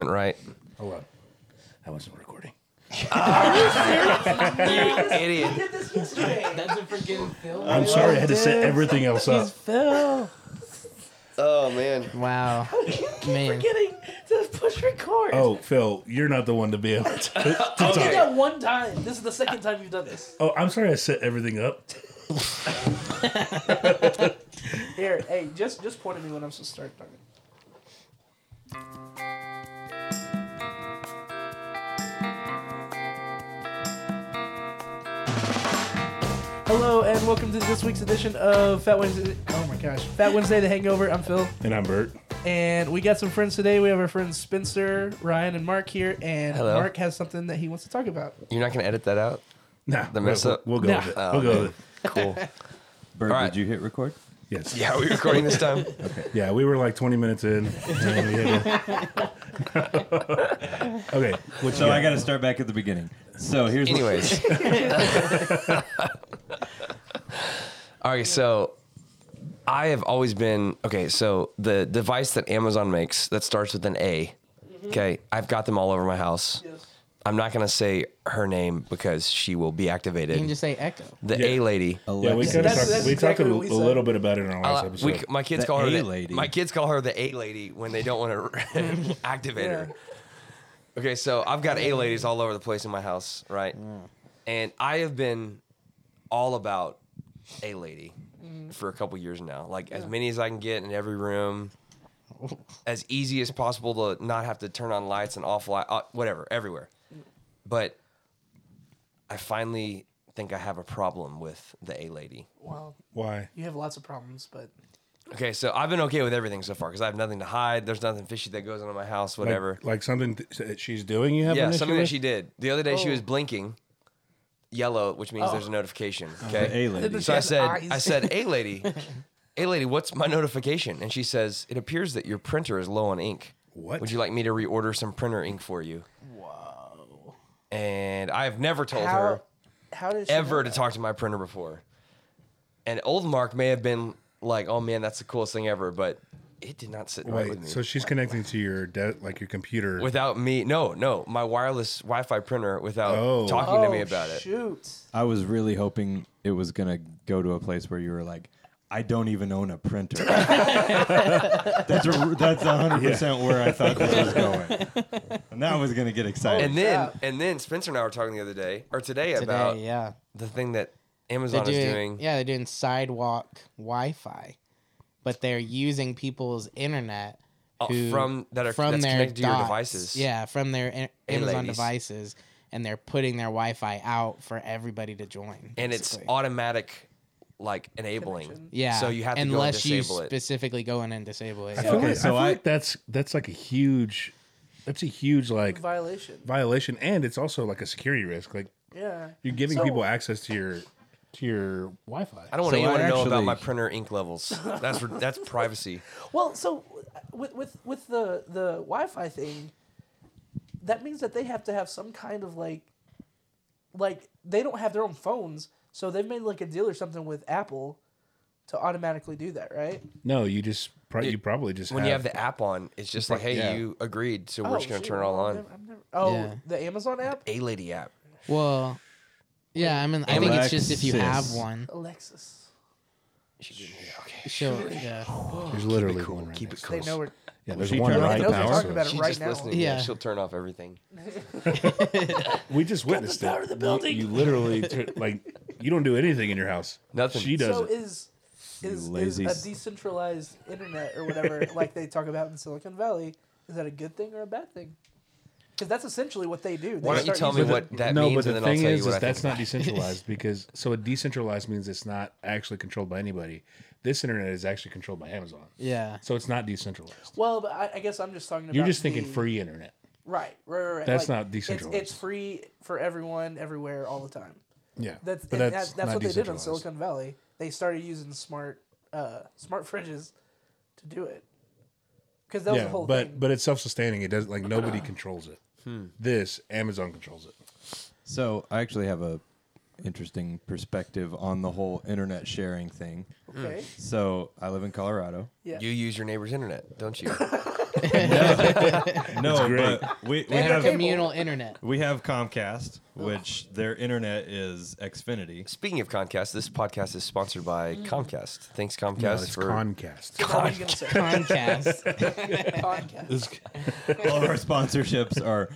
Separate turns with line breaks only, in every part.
wasn't right.
Hold on. I wasn't recording.
Idiot.
did this yesterday. That's a freaking film.
I'm sorry. I had to set everything else up.
Phil.
Oh man.
Wow. Man.
Forgetting to push record.
Oh, Phil, you're not the one to be able to, to
You've
talk.
done one time. This is the second time you've done this.
Oh, I'm sorry. I set everything up.
Here, hey, just just point at me when I'm supposed to start talking. Hello and welcome to this week's edition of Fat Wednesday. Oh my gosh, Fat Wednesday, The Hangover. I'm Phil,
And I'm Bert.
and we got some friends today. We have our friends Spencer, Ryan, and Mark here, and
Hello.
Mark has something that he wants to talk about.
You're not gonna edit that out?
Nah,
The mess
we'll,
up.
We'll go
Nah.
with it.
Oh,
we'll go
okay.
with it.
Cool.
Bird,
All right.
did you hit record?
Yes.
Yeah, are we recording this time?
Yeah, we were like 20 minutes in. and we had to- okay. What you
So I got to start back at the beginning. So here's
Anyways. All right, so I have always been okay, so the device that Amazon makes that starts with an A. Okay, I've got them all over my house. I'm not gonna say her name because she will be activated.
You can just say echo.
the
Yeah.
A lady.
Yeah, we
Alexis.
kind of
That's-
talked,
that's
we
exactly
talked a,
what we
a
said.
little bit about it in our last
Uh,
episode.
we, my kids
The
call her
A
the
lady.
My kids call her the A lady when they don't want to activate her. Okay, so I've got A ladies all over the place in my house, right? And I have been all about A lady
Mm-hmm.
for a couple years now. Like as many as I can get in every room, as easy as possible to not have to turn on lights and off light, uh, whatever, everywhere.
Mm.
But I finally think I have a problem with the A lady.
Well,
Why?
you have lots of problems, but
Okay, so I've been okay with everything so far because I have nothing to hide. There's nothing fishy that goes on in my house,
Like-
whatever.
Like, something th- that she's doing, you have
yeah,
an issue
something
with?
that she did. The other day she
Oh.
was blinking yellow, which means
Oh.
there's a notification. Okay.
A lady.
so I
has
said,
eyes.
I said, hey, lady, hey, lady, what's my notification? And she says, it appears that your printer is low on ink.
What?
Would you like me to reorder some printer ink for you?
Uh,
Wow. And I've never told her
how did she
ever to talk to my printer before. And old Mark may have been like, "Oh man, that's the coolest thing ever," but it did not sit right with
Wait,
me.
so she's connecting to your de- like your computer.
without me, no, no, my wireless Wi-Fi printer without
Oh.
talking
oh,
to me about it.
Shoot.
I was really hoping it was going to go to a place where you were like, I don't even own a printer. that's a, that's 100% where I thought this was going. And that was going to get exciting.
And then, and then Spencer and I were talking the other day or today,
Today,
about
yeah.
the thing that
They're
Amazon
doing,
is doing.
yeah, they're doing sidewalk Wi Fi. But they're using people's internet
Oh,
who-
from- that are- that's connected to your devices.
Yeah, from their in-
Hey,
Amazon
ladies.
devices and they're putting their Wi Fi out for everybody to join.
and it's
basically.
automatic, like enabling.
yeah.
So you have to go and
unless
disable
you
it.
specifically go in and disable it.
I
yeah.
feel
Okay,
like- I
so
feel
I-
like that's that's like a huge, that's a huge like
Violation.
violation, and it's also like a security risk. Like
Yeah.
you're giving
So-
people access to your to your Wi-Fi.
I don't want
So I
anyone to know about
actually-
my printer ink levels. That's that's privacy.
Well, so uh, with with with the the Wi-Fi thing, that means that they have to have some kind of like, like they don't have their own phones, so they've made like a deal or something with Apple to automatically do that, right?
No, you just pro- you probably just
when you have the app on, it's just like, hey,
Yeah.
you agreed, so we're just gonna
Oh, shoot,
turn it all
well, I've
on.
never- I've never- oh,
Yeah.
the Amazon app,
A lady app.
Well, yeah, I mean, I think it's just if you have
Alexis.
one.
Alexis.
Sure. Yeah.
there's literally one right
Keep it
next to
cool.
They know we're
Yeah, there's
she
one
turned
right
on
they
the
know they're
power
next
talking
to
about
it.
it
She's
right
just
now.
listening. Yeah.
Yeah.
she'll turn off everything.
We just witnessed it. You- You, literally tur- like you don't do anything in your house.
Nothing.
She does
So
it.
is is, is
lazy
a
s-
decentralized internet or whatever like they talk about in Silicon Valley is that a good thing or a bad thing? Because that's essentially what they do. They
Why don't you
start
tell me
using-
what that
no,
means,
but the
and then I'll
thing
tell
is,
you what
is
I
that's
think.
not decentralized because so a decentralized means it's not actually controlled by anybody. This internet is actually controlled by Amazon,
Yeah.
so it's not decentralized.
Well, but I, I guess I'm just talking about.
You're just thinking
the-
free internet.
Right, right, right. right.
That's not
it's- It's,
decentralized.
free for everyone, everywhere, all the time.
Yeah,
That's
but
and that's, that's
not
what they did in
decentralized.
Silicon Valley. They started using smart uh, smart fridges to do it. Because that was
Yeah,
the whole
but
thing.
but it's self-sustaining. It doesn't like nobody controls it. This Amazon controls it.
So I actually have a interesting perspective on the whole internet sharing thing.
okay.
So I live in Colorado.
Yeah.
You use your neighbor's internet, don't you?
no,
great.
but we, we
They have
have
a communal internet.
we have Comcast, which their internet is Xfinity.
Speaking of Comcast, this podcast is sponsored by Comcast. Thanks, Comcast,
No, it's
for
Concast.
That's all you gonna say.
Concast.
Podcast.
All of our sponsorships are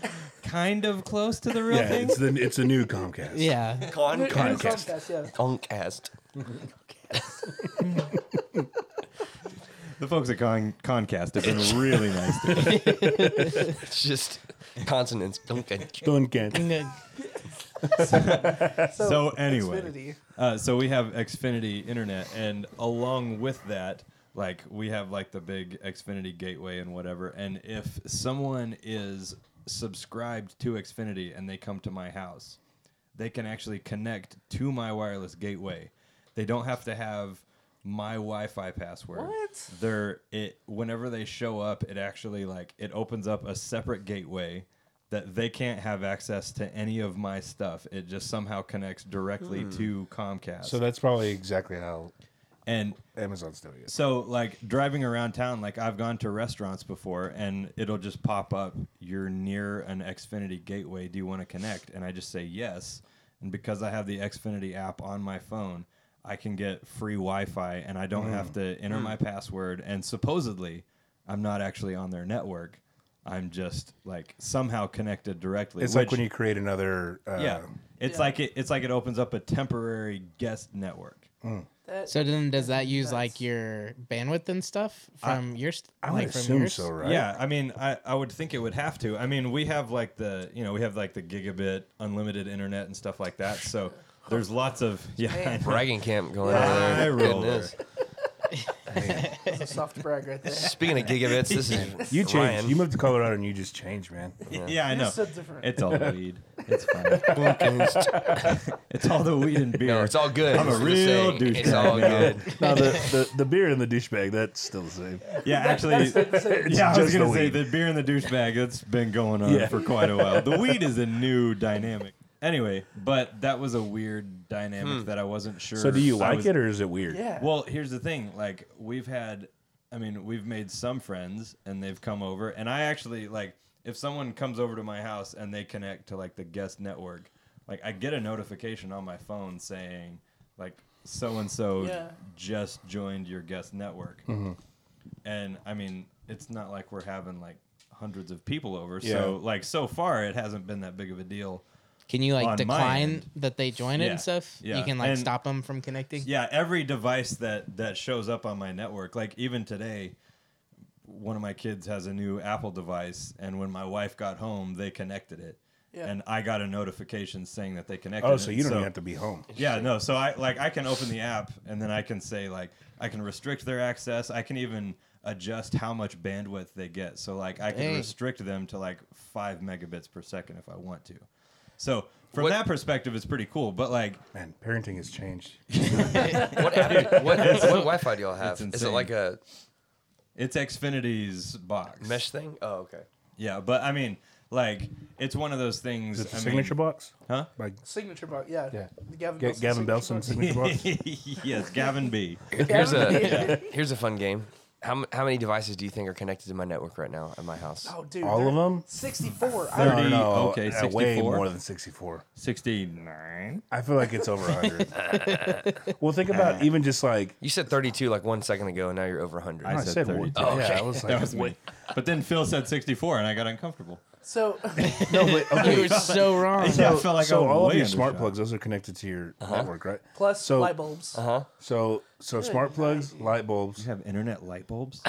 kind of close to the real
Yeah,
thing.
it's the it's a new Comcast.
Yeah.
Concast.
Concast.
Comcast, yeah.
Concast.
The folks at Con- Concast have been really nice to us.
It's just consonants. Concast.
Concast.
So,
So anyway,
Xfinity.
Uh, so we have Xfinity internet, and along with that, like we have like the big Xfinity gateway and whatever. And if someone is subscribed to Xfinity and they come to my house, they can actually connect to my wireless gateway. They don't have to have my Wi-Fi password.
What?
They're it whenever they show up, it actually like it opens up a separate gateway that they can't have access to any of my stuff. It just somehow connects directly to Comcast.
Hmm. So that's probably exactly how
and
Amazon's doing it.
so like driving around town, like I've gone to restaurants before and it'll just pop up, you're near an Xfinity gateway, do you want to connect? And I just say yes. And because I have the Xfinity app on my phone, I can get free Wi-Fi and I
Hmm.
don't have to enter my password and supposedly I'm not actually on their network. I'm just like somehow connected directly.
It's
which-
like when you create another. Uh,
yeah, it's like it, it's like it opens up a temporary guest network.
That-
So then, does that use like your bandwidth and stuff from your? st-
I would
like, from
assume
yours?
so, right?
Yeah, I mean, I, I would think it would have to. I mean, we have like the you know we have like the gigabit unlimited internet and stuff like that. So there's lots of yeah. I know.
Bragging camp going on
Eye
there.
roller.
Goodness.
That's a soft brag right there.
Speaking of gigabits, this is
You changed.
Ryan.
You moved to Colorado and you just changed, man.
Yeah, I know.
so different.
It's all weed. It's fine.
Concast.
It's all the weed and beer.
No, it's all good.
I'm a
It's the
real
same.
douchebag.
It's all
now.
good.
no, the, the the beer and the douchebag. That's still the same.
Yeah, actually. yeah, I was
just
gonna
the
say
weed.
the beer and the douchebag. That's been going on
Yeah.
for quite a while. The weed is a new dynamic. Anyway, but that was a weird dynamic that I wasn't sure.
Hmm. So do you
I
like
was-
it or is it weird?
Yeah.
Well, here's the thing. Like we've had, I mean, we've made some friends and they've come over, and I actually like if someone comes over to my house and they connect to like the guest network, like I get a notification on my phone saying like so and so
Yeah.
just joined your guest network, and I mean it's not like we're having like hundreds of people over,
Yeah.
so like so far it hasn't been that big of a deal.
Can you
On my
like decline
end.
that they join it
Yeah,
and stuff?
yeah.
You can like
And-
stop them from connecting.
yeah every device that that shows up on my network like even today one of my kids has a new apple device and when my wife got home they connected it
Yeah.
and i got a notification saying that they connected
Oh, so
it.
you don't even have to be home.
yeah no so i like i can open the app and then i can say like i can restrict their access i can even adjust how much bandwidth they get so like i can
Dang.
restrict them to like five megabits per second if i want to so from
What-
that perspective it's pretty cool but like
Man, parenting has changed.
What, app do- what, what Wi-Fi do y'all have?
It's
Is it
insane.
like a
it's xfinity's box
mesh thing? Oh, okay.
Yeah, but I mean, like, it's one of those things.
Is it the
I
signature box?
Huh?
Like
signature box. Yeah.
Yeah.
The Gavin,
Ga-
Belson
Gavin Belson
signature
signature box?
yes, Gavin B.
Here's
Gavin
a here's a fun game. How, m- how many devices do you think are connected to my network right now at my house?
box. Oh, dude.
All
they're-
of 'em?
64. I
No,
don't-
no,
30,
no.
okay,
uh, way
64?
more than 64.
69.
I feel like it's over 100. well, think
Uh,
about even just like
You said 32 like one second ago, and now you're over 100.
I,
said
said,
32.
one-
Oh,
yeah,
okay.
I was like,
That was me. But then Phil said 64, and I got uncomfortable.
So,
no, but okay.
You were so wrong.
Yeah, I felt like
so
I was
all of
way
your smart
undershot.
plugs, those are connected to your
Uh-huh.
network, right?
plus
so
light bulbs.
so so smart plugs, light bulbs.
You have internet light bulbs?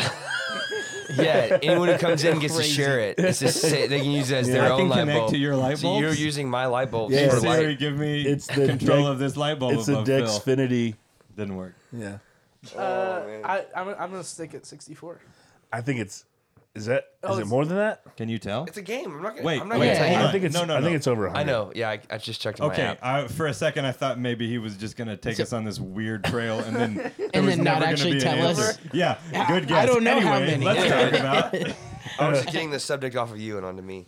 Yeah, anyone who comes in gets to
Crazy.
share it. It's just, say- they can use it as their
I
own
can
light
connect
bulb.
to your light
So you're
bulbs?
using my light bulb
Yeah.
for
It's
Siri,
light.
give me
It's the
control
Dex-
of this light bulb.
It's a
above Phil.
Dexfinity.
Didn't work.
Yeah,
Uh, I, I'm, I'm going to stick at 64.
I think it's. Is that is
Oh,
it
it's-
more than that?
Can you tell?
It's a game. I'm not gonna.
Wait,
I'm not
wait,
gonna tell
hold
you.
on.
I think it's.
No, no,
I think
no.
it's over 100.
I know. Yeah, I, I just checked my
Okay,
app.
I, for a second I thought maybe he was just gonna take us on this weird trail, and then there
And
was
then
never
not
gonna
actually
be an
tell us.
answer. Yeah, good
I
guess.
don't know
anyway,
how many.
Let's talk about.
I was getting the subject off of you and onto me.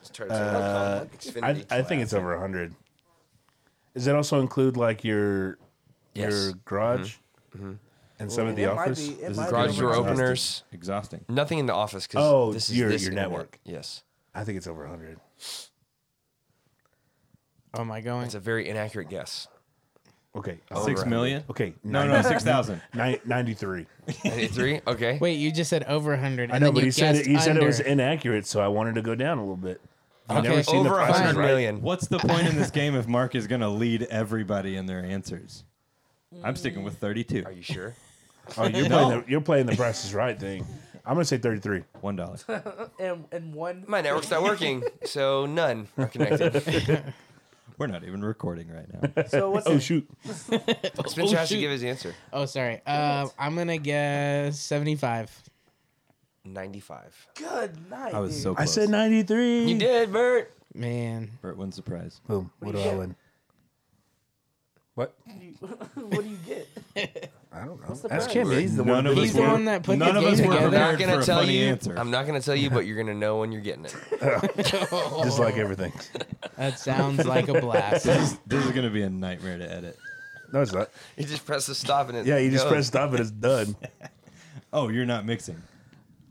Let's try to turn it on.
I,
Xfinity
I think it's over 100. Does that also include like your
Yes.
your garage? and some
Ooh.
at the
It might
office.
be- it
This is
might be
Garage door
overtime.
openers.
Exhausting.
Nothing in the office because
Oh,
this is
your-
this
your
internet.
network.
Yes,
I think it's over 100.
Oh my going.
it's a very inaccurate guess.
Okay.
Six
Right.
million?
Oh. Okay.
No, no, six thousand.
Nine- 93.
Three. Okay.
Wait, you just said over 100. And
I know,
then
but
you
he said it,
guessed
he said it was
under.
inaccurate, so I wanted to go down a little bit. You've
Okay.
Over
price,
100
right?
million.
What's the point in this game if Mark is going to lead everybody in their answers? I'm sticking with 32.
Are you sure?
Oh, you're playing the you're playing the Price is Right thing. I'm gonna say 33.
One dollar.
And and one.
My network's not working, so none are connected.
We're not even recording right now.
So what's
Oh
it?
shoot!
Spencer has to
Oh, shoot.
give his answer.
Oh, sorry. Uh, I'm going to guess 75.
95.
Good night.
I was
dude.
so
I
close.
said 93.
You did, Bert.
Man.
Bert wins the prize.
Boom. What do I win? What?
You- what do you get?
I don't know.
the
Ask
prize?
him. He's the one.
of
that-
He's the one that put
none
the
of
game
us were
together.
I'm not
prepared
gonna
for a
tell
funny
you.
answer.
I'm not gonna tell you, but you're gonna know when you're getting it.
Just like everything.
That sounds like a blast.
this, is, this is going to be a nightmare to edit.
No, it's not.
You just press the stop and it.
Yeah, you just
goes.
press stop and it's done.
Oh, you're not mixing.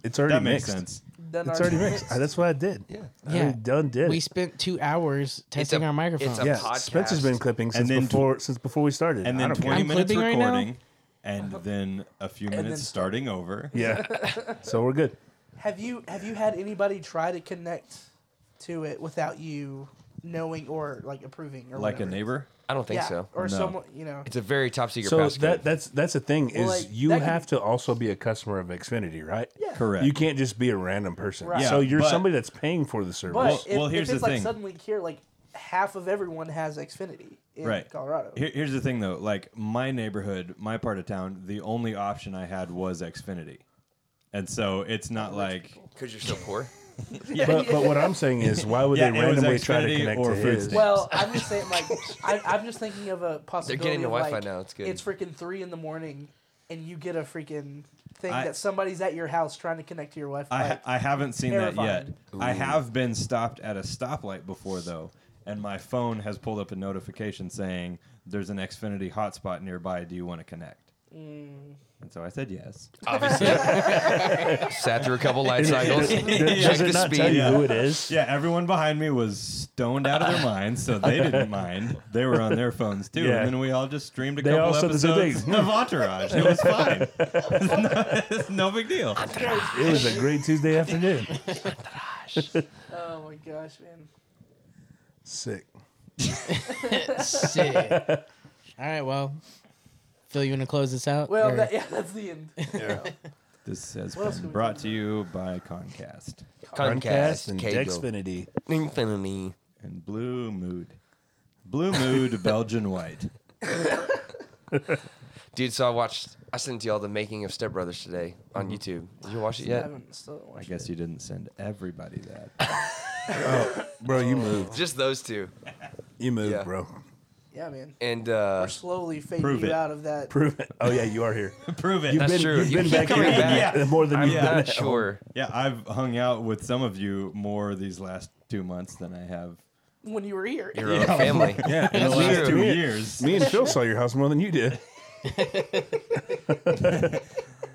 It's already
That makes
mixed.
sense.
Done
It's
our
already
business.
mixed. That's what I did.
Yeah.
I
Yeah.
already done did.
We
it.
spent two hours testing
a-
our microphone.
it's a-
yeah,
podcast.
Spencer's been clipping since
then tw-
before since before we started.
And
I
then
don't care.
20
I'm
minutes
clipping right now.
recording, and then a few minutes
then-
starting over.
Yeah. so we're good.
Have you have you had anybody try to connect to it without you knowing or like approving or
Like a
whatever?
neighbor?
I don't think
Yeah,
so.
or
No.
someone you know.
It's a very top secret.
So
passcode.
that that's that's the thing is
Well, like,
you
that could-
have to also be a customer of Xfinity, right?
Yeah.
Correct.
You can't just be a random person.
Right. Yeah,
so you're
but-
somebody that's paying for the service.
But
Well-
if,
well,
if
here's
it's
the
like
thing.
suddenly here, like half of everyone has Xfinity in
right.
Colorado.
Here- here's the thing, though. Like my neighborhood, my part of town, the only option I had was Xfinity, and so it's not
Oh,
like
because you're so poor.
but, but what I'm saying is, why would
Yeah,
they
it was
randomly try to
Xfinity
connect
or
to
food
his?
stamps.
well, I'm just saying, like, I, I'm just thinking of a possibility.
getting the
of,
Wi-Fi
like,
now, it's good.
It's freaking three in the morning, and you get a freaking thing
I-
that somebody's at your house trying to connect to your Wi-Fi.
I ha- I haven't seen that
terrifying.
yet. I have been stopped at a stoplight before though, and my phone has pulled up a notification saying there's an Xfinity hotspot nearby. Do you want to connect?
Mm.
And so I said yes.
Obviously, sat through a couple light cycles.
Does, does
the
it not tell
speed.
you who it is?
Yeah, everyone behind me was stoned out of their minds, so they didn't mind. They were on their phones too,
Yeah.
and then we all just streamed a
They
couple
all said the same
episodes
thing.
of Entourage. It was fine. It's no, it's no big deal.
It was a great Tuesday afternoon.
oh my gosh, man!
Sick.
Shit. All right, well, Phil, you want to close this out?
Well,
Or-
that, yeah, that's the end.
This has
What else can
been
we
brought
do?
to you by Concast
Runcast and
Kegel,
Dexfinity.
Infinity.
and Blue Mood. Blue Mood Belgian White.
Dude, so I watched. I sent you all the making of Step Brothers today
Mm-hmm.
on YouTube. Did you watch it
I
yet?
haven't still
I
watched.
guess you didn't send everybody that.
Bro, you moved.
Just those two.
You moved,
Yeah.
bro.
Yeah, man.
And uh,
We're slowly fading
Prove
you
it.
out of that.
Prove it. Oh yeah, you are here.
Prove it.
You've
That's
been,
true.
You've
You
been
keep
back
coming
here
back.
yeah, more than
I'm
you've done.
not
at home.
sure.
yeah, I've hung out with some of you more these last two months than I have
When you were here,
Your own family.
yeah, in the last
true.
two years.
Me and Phil saw your house more than you did.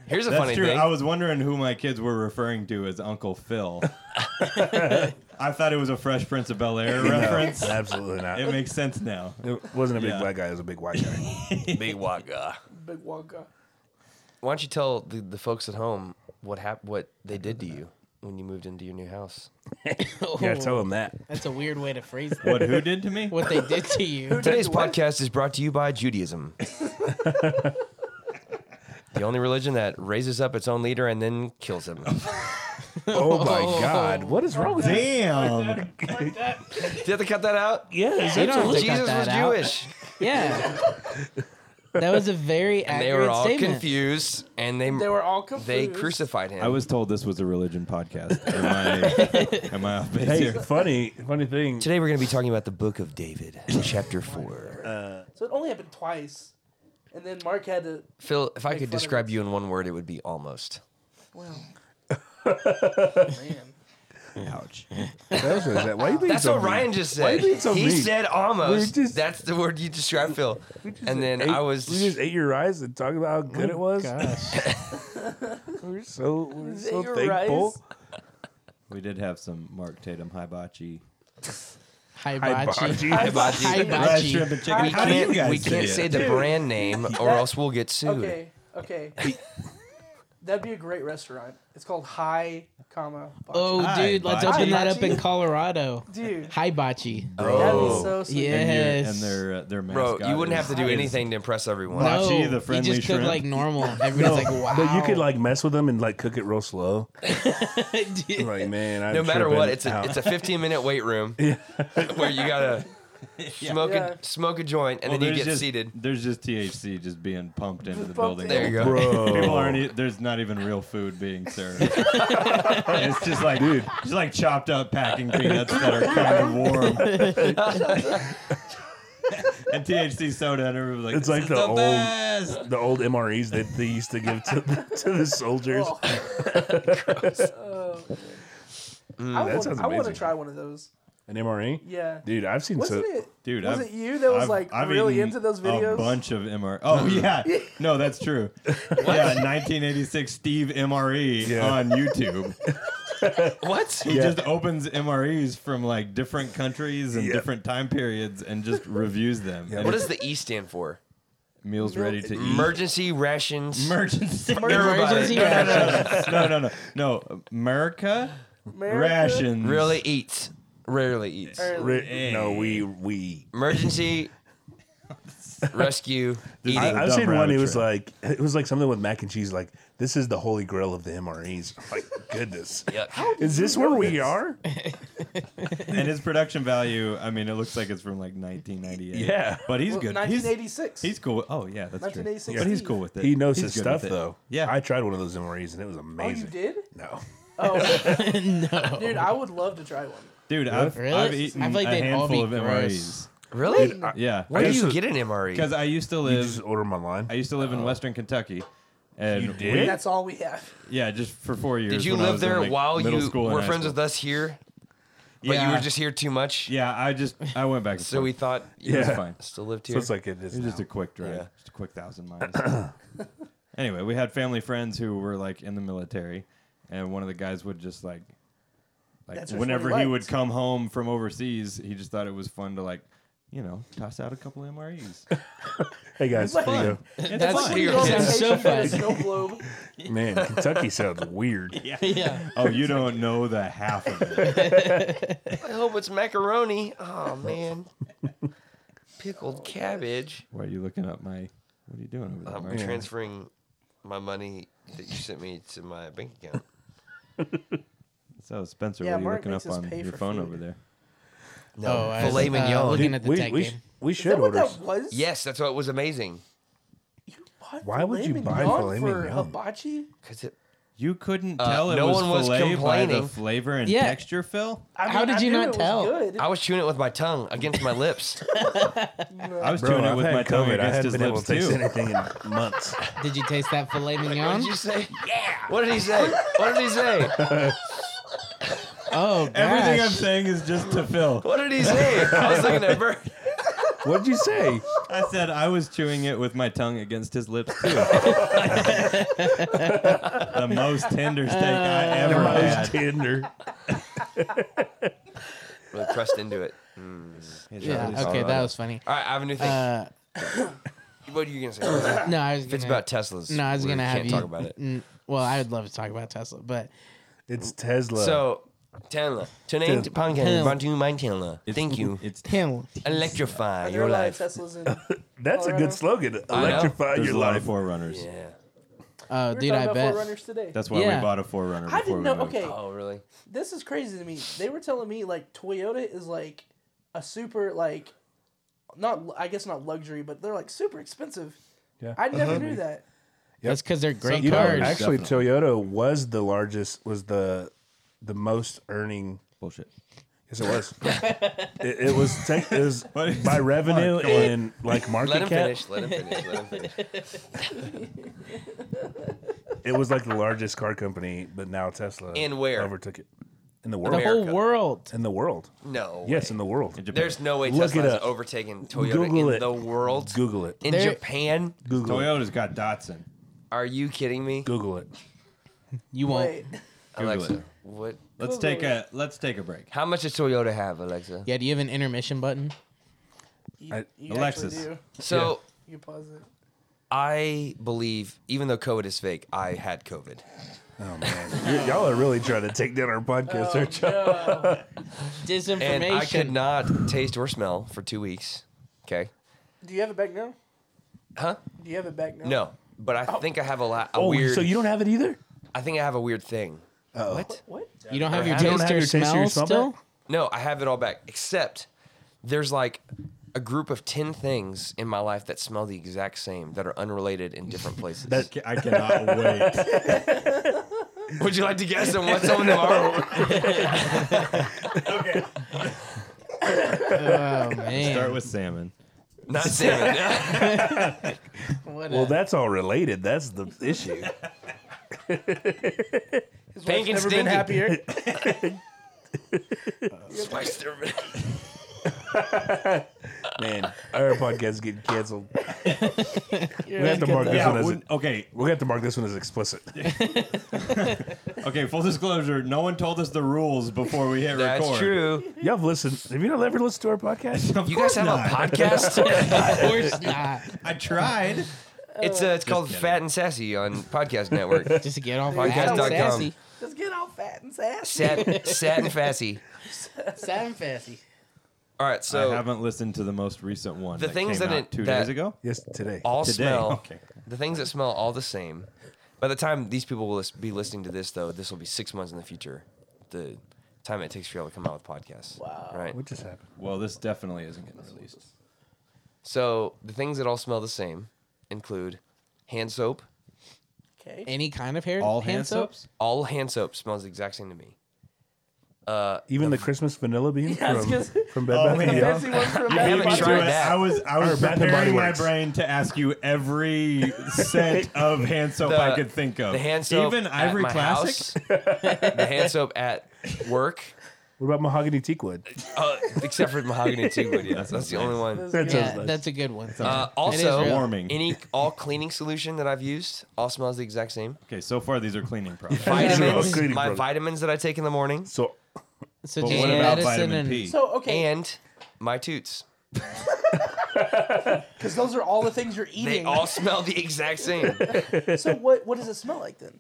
Here's a
That's
funny
true.
thing.
I was wondering who my kids were referring to as Uncle Phil. I thought it was a Fresh Prince of Bel Air reference.
No, Uh, absolutely not.
It makes sense now.
It wasn't a big
Yeah.
black guy. It was a big white guy.
Big Waka.
big Wonka.
Why don't you tell the, the folks at home what hap- what they did to you when you moved into your new house?
yeah, tell him that.
That's a weird way to phrase that.
What who did to me?
what they did to you.
Today's podcast is brought to you by Judaism. the only religion that raises up its own leader and then kills him.
Oh my God, what is wrong with you?
Damn.
Did you have to cut that out?
Yeah,
You don't have to cut
Jesus was
that out.
Jewish.
Yeah. That was a very
And
accurate
they were all
statement.
confused and they
They were all
they
confused.
crucified him.
I was told this was a religion podcast. Am I, am I off base
hey,
here?
funny, funny thing.
Today we're going to be talking about the book of David, chapter 4.
Uh,
So it only happened twice, and then Mark had to.
Phil, if I
Make
could
fun of
describe
it.
you in one word, it would be almost.
Well, man,
Ouch.
That's what, that, why you being
That's
so
what
mean?
Ryan just
Why you
said.
being so
he
mean?
said almost.
We just-
That's the word you described, Phil. And then
Ate-
I was. Oh
We just ate your eyes and talked about how good it was.
Gosh.
We're so we're
Is it
so
your
thankful.
rice?
We did have some Mark Tatum hibachi.
Hibachi.
Hibachi.
Fried
Hibachi.
shrimp and chicken.
we
How do you
can't,
guys
we
say
can't
it?
say the brand name or else we'll get sued.
Okay, okay. That'd be a great restaurant. It's called High, comma. Bachi.
Oh,
Hibachi.
dude, let's open that up in Colorado.
dude,
Hibachi.
that'd
Bro,
be so sweet.
Yeah.
And, your, and
Yes.
their uh, their mascot.
bro you wouldn't
is-
have to do
is-
anything to impress everyone.
No. Hibachi, the
you
friendly
just
shrimp.
cook like normal. Everybody's like, wow.
But you could like mess with them and like cook it real slow.
Dude,
Like man, I'm
No matter
tripping
what, it's a
out.
it's a 15 minute wait room where you gotta smoke
Yeah.
a smoke a joint and
Well,
then you
there's
get
just-
seated.
There's just THC just being pumped into the
Just
building.
pumped
There you go.
bro.
People aren't. e- There's not even real food being served. it's just like dude, just like chopped up packing peanuts that are kind of warm. and THC soda, and everyone's like,
It's
"This
like
is
the old-
best."
the old MREs that they used to give to the, to the soldiers.
Oh. Oh.
Mm-hmm.
I
that
want-
sounds
I want to
amazing.
try one of those.
An MRE,
Yeah.
dude. I've seen
Wasn't
so
it?
Dude,
was
I've-
it you that was
I've-
like
I've
really
eaten
into those
A
videos?
bunch of MRE. Oh yeah, no, that's true. yeah, 1986 Steve MRE
Yeah.
on YouTube.
What?
He just opens MREs from like different countries and
Yeah.
different time periods and just reviews them. And
What
it's
does the E stand for?
meals ready to
E.
eat?
Emergency rations.
Emergency.
Everybody.
Emergency rations.
no, no, no, no. America
America?
rations.
Rarely eats. Rarely eats.
Or-
Ri- no, we we.
Emergency rescue
This
eating.
is-
I, I've
dumb
seen one.
rabbit
It was
trail.
like it was like something with mac and cheese. Like this is the holy grail of the MREs. I'm like goodness,
Yuck.
is this where we are?
and his production value. I mean, it looks like it's from like 1998.
Yeah.
but he's
Well,
good. He's,
1986.
he's cool. With, oh yeah, that's true.
1986.
But he's cool with it.
He knows
He's
his
good
stuff
with it.
though.
Yeah.
I tried one of those MREs and it was
oh, you
amazing.
did?
Uh,
No,
Oh, no. Dude, I would love to try one.
Dude, I've,
Really?
I've eaten
I feel like
a
they'd all
handful of
be
MREs.
gross.
Really?
I-
Yeah,
Where
I
do
used
you
to-
get an E? MRE?
because I used to
You
live.
just order them online.
I used to live in Western Kentucky, and
You
we-
did?
That's all we have.
yeah, just for four years.
Did you
when I
live
was in,
there
like,
while
middle
you
school and
were
high
friends
school.
with us here? But
Yeah,
you were just here too much?
yeah. I just I went back and
So we
forth.
thought you
it was
Yeah.
fine.
still lived
so
here.
it's like it is.
It was just
now.
a quick drive,
Yeah.
just a quick thousand miles. anyway, we had family friends who were like in the military, and one of the guys would just like, like
That's just what he
whenever he would
liked.
come home from overseas, he just thought it was fun to like, you know, toss out a couple MREs.
hey guys,
It's
here you
It's fun.
That's
what you-
Go on
Sounds
so
vacation and
fun.
Snow globe.
go. man. Kentucky sounds weird.
yeah.
Oh, you don't know the half of it.
I hope it's macaroni. Oh man. Pickled cabbage.
Why are you looking up my? What are you doing over there?
I'm
Mark?
transferring my money that you sent me to my bank account.
Oh, So Spencer,
Yeah,
what are you
Mark
looking
makes
up
us
on
pay
your
for
phone
food.
over there?
No,
Oh, I was,
filet
uh,
mignon.
looking at the
we
tech
we,
game.
sh- we
Is that
should
what
order.
that
s-
was?
yes, that's what was amazing.
You bought
Why would you
filet
buy
mignon
filet
for
mignon?
hibachi?
Cause it,
You couldn't
Uh,
tell it
no
was
one was
filet by the
complaining.
flavor and
Yeah.
texture, Phil.
I
How did
I
you
knew
not
it was
tell?
Good.
I was chewing it with my tongue against my lips.
I was
Bro,
doing it
I've
with
had
my tongue
COVID. I
against
haven't
his
been able
lips
to taste
too.
anything in months.
Did you taste that filet
What
mignon?
did you say? Yeah. What did he say? What did he say?
Oh, gosh.
Everything I'm saying is just to Phil.
What did he say? I was looking at Bert.
What'd you say?
I said I was chewing it with my tongue against his lips too. the most tender steak I ever
Most
had.
tender.
Really pressed into it.
Yeah,
It's
okay,
all
that
right.
was funny.
All right, I have a new thing.
Uh,
what are you gonna say?
no, I was gonna,
It's about Teslas.
No, I was
We
gonna have
can't
you
talk about it.
n- well, I would love to talk about Tesla, but
It's Tesla.
So, Tesla, tonight,
Tesla.
pumpkin,
Tesla.
brought to you by Tesla. Thank you.
It's
him.
Electrify
I
your life.
Tesla's in. We
that's a
Colorado.
good slogan.
know.
Electrify
there's
your
a lot of
life.
forerunners.
Yeah.
Oh,
were
dude,
talking
I
about
bet.
Forerunners today.
That's why
Yeah.
we bought a forerunner.
I
before
didn't
we
know.
moved.
Okay,
Oh, really?
this is crazy to me. They were telling me like Toyota is like a super like, not I guess not luxury, but they're like super expensive.
Yeah.
I never knew that.
That's because they're great
You know,
cars.
actually,
Definitely.
Toyota was the largest, was the the most earning.
Bullshit.
Yes, it was. it, it was. Tech, it was
What is-
by revenue and like market
Let him
cap.
finish. Let him finish. Let him finish.
It was like the largest car company, but now Tesla
And where?
overtook it. in the
The
world.
whole
America.
world.
In the world.
No.
Yes,
way.
in the world.
There's no way
Look
Tesla
it
has
up.
overtaken Toyota
Google
in
it.
the world.
Google it.
In
There-
Japan?
Google it.
Toyota's got Datsun.
Are you kidding me?
Google it.
You won't.
Wait.
Google
Alexa,
it.
what?
Let's take a let's take a break.
How much does Toyota have, Alexa?
Yeah, do you have an intermission button?
You,
I-
you actually
Alexis.
do.
So
You pause it.
I believe, even though COVID is fake, I had COVID.
Y- Oh, y'all are really trying to take down our podcast, aren't you?
Disinformation.
And I could not taste or smell for two weeks. Okay.
Do you have it back now?
Huh?
Do you have it back now?
No. But I think I have a, la- a
Oh,
weird.
so you don't have it either?
I think I have a weird thing.
What? What?
you don't have your
You don't
taste
have
or
your taste or your
smell
smell
still?
back?
No, I have it all back. Except there's like a group of 10 things in my life that smell the exact same that are unrelated in different places.
Ca- I cannot wait.
Would you like to guess on what some of them are?
Oh, man.
Start with salmon.
Not salmon.
What
Well,
a-
that's all related. That's the issue.
His
Pink
wife's
and
never
stinky.
been happier.
Spice Derby.
Man, our podcast is getting canceled.
You're
We have to
gonna
mark
get
this
Yeah,
one as
wouldn't- okay,
we're gonna have to mark this one as explicit.
okay. Full disclosure: no one told us the rules before we hit
That's
record.
true.
Y'all have listened. Have you not ever listened to our podcast?
Of
You
course
guys have
not.
a podcast?
of course not.
I tried.
it's uh, it's called Fat and Sassy on Podcast Network.
Just to get off our
Podcast
Adam
dot com.
Sassy.
that. Just get all fat and sassy.
Sat, sat and Fassy.
Sam Fassy.
All right, so
I haven't listened to the most recent one.
The
that
things
came
that
out
it-
two
that-
days ago.
yes, today.
all
Today,
smell.
okay.
The things that smell all the same. By the time these people will lis- be listening to this, though, this will be six months in the future. The time it takes for y'all to come out with podcasts. Wow. Right.
What just happened?
Well, this definitely isn't getting released.
So the things that all smell the same include hand soap.
Okay.
Any kind of hair?
All hand
soap?
soaps.
All hand soap smells the exact same to me.
Even the Christmas vanilla bean
I was
from,
gonna say-
from Bed Bath and
man.
Beyond.
Fancy one from
I
Bad
haven't
Bunny.
tried that.
I was I was
Or Bath and
preparing
Body
my
Works.
brain to ask you every scent of hand soap
The-
I could think of.
The hand soap.
even
at
Ivory
my house,
Classic.
the hand soap at work.
What about mahogany teakwood?
Uh, except for mahogany teakwood, yes. That's the only one.
That
Yeah,
sounds nice.
that's a good one.
Uh,
It is
also,
real.
Warming.
any all cleaning solution that I've used all smells the exact same.
Okay, so far these are cleaning products.
Vitamins,
Cleaning
my
product.
vitamins that I take in the morning,
So
So
But
just
what about
medicine
vitamin
and
P?
So okay,
and my toots.
because those are all the things you're
They
eating.
all smell the exact same,
so what? What does it smell like then?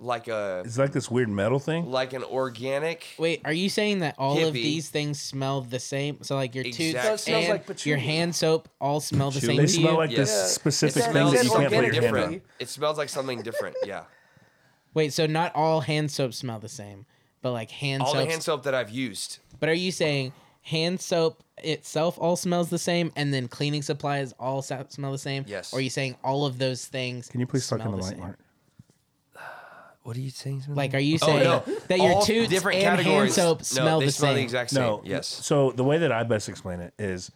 like a
it's like this weird metal thing.
like an organic.
Wait, are you saying that all
Hippie.
of these things smell the same? So like your
Exact So it
tooth
smells
and
like patchouli.
your hand soap all smell the same
They
to
smell
you?
like this
Yeah.
specific
It
thing
smells
that
sounds
you can't put your hand
different.
on.
It smells like something different. Yeah,
Wait, so not all hand soaps smell the same, but like hand
all the
soaps.
hand soap that I've used.
but are you saying hand soap itself all smells the same, and then cleaning supplies all sa- smell the same?
Yes.
Or are you saying all of those things?
Can you please talk
smell
in the light,
same?
Mark?
What are you saying?
Like, are you saying
Oh, no.
that your
All
tooth
different
and hand
categories.
soap
No,
smell
they
the
smell
same?
the exact same.
No.
Yes.
So the way that I best explain it is,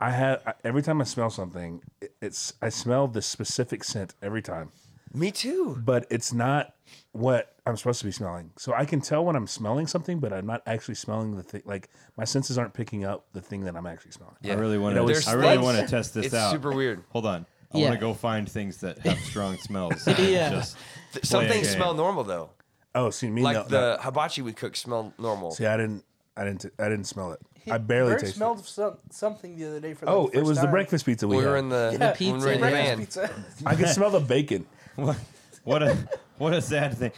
I have I- every time I smell something, it- it's I smell the specific scent every time,
Me too.
but it's not what I'm supposed to be smelling. So I can tell when I'm smelling something, but I'm not actually smelling the thing. Like my senses aren't picking up the thing that I'm actually smelling.
Yeah.
I really
It
want to.
always-
I really
There's-
want to test this
it's
out.
super weird.
Hold on. I
Yeah.
want to go find things that have strong smells.
Yeah.
Just-
Th- Some
Play a
things
game.
smell normal though.
Oh, see me
Like
no,
the
no.
hibachi we cook smell normal.
See, I didn't, I didn't, I didn't smell it. I barely
Bert
tasted. it.
smelled some, something the other day for.
Oh,
like the
it
first
was the
time.
breakfast pizza we,
we
had.
were in the,
Yeah.
when we were in the
Breakfast
van.
pizza.
I could smell the bacon.
What, what a what a sad thing.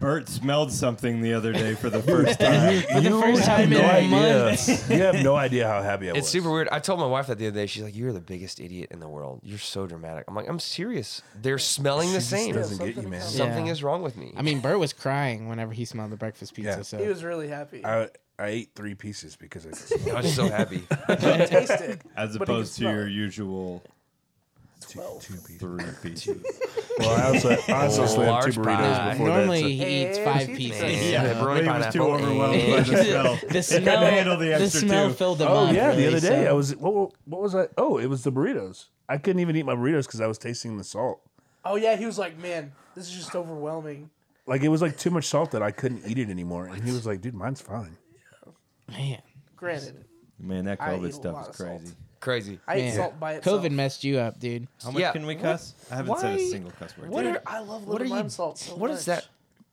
Bert smelled something the other day for the first time.
For the first time in
no
a
idea.
month.
you have no idea how happy I was.
It's super weird. I told my wife that the other day. She's like, "You're the biggest idiot in the world. You're so dramatic." I'm like, "I'm serious. They're smelling the
She just
same.
doesn't
Yeah,
get you,
something
man.
else.
Something
Yeah.
is wrong with me."
I mean, Bert was crying whenever he smelled the breakfast pizza.
Yeah.
So
He was really happy.
I, I ate three pieces because I just
I was just so happy.
I taste it. But
As
he could
opposed to
smell
your
it.
usual
two, two pieces.
three pieces.
Well, I also, I also
Oh,
slammed two
large
burritos
Uh,
pie.
before
normally
that.
he eats
Hey,
five
man.
pizzas.
Yeah,
I
pepperoni,
think he was too
pineapple,
overwhelmed by the smell.
the
He couldn't
smell,
handle the
the,
extra
smell
two.
filled him
Oh
up.
yeah, the
really,
other day
so-
I was what, what what was I? Oh, it was the burritos. I couldn't even eat my burritos because I was tasting the salt.
Oh yeah, he was like, man, this is just overwhelming.
Like it was like too much salt that I couldn't eat it anymore. And he was like, "Dude, mine's fine."
Man,
Granted,
Man, that
I eat
COVID
a
stuff
lot
is
of
crazy.
salt.
Crazy.
I
man.
ate salt by itself.
COVID messed you up, dude.
How much
Yeah.
can we cuss? I haven't said
why-
a single cuss word.
What
yet.
are, I love lemon lime salt so
What
much.
is that?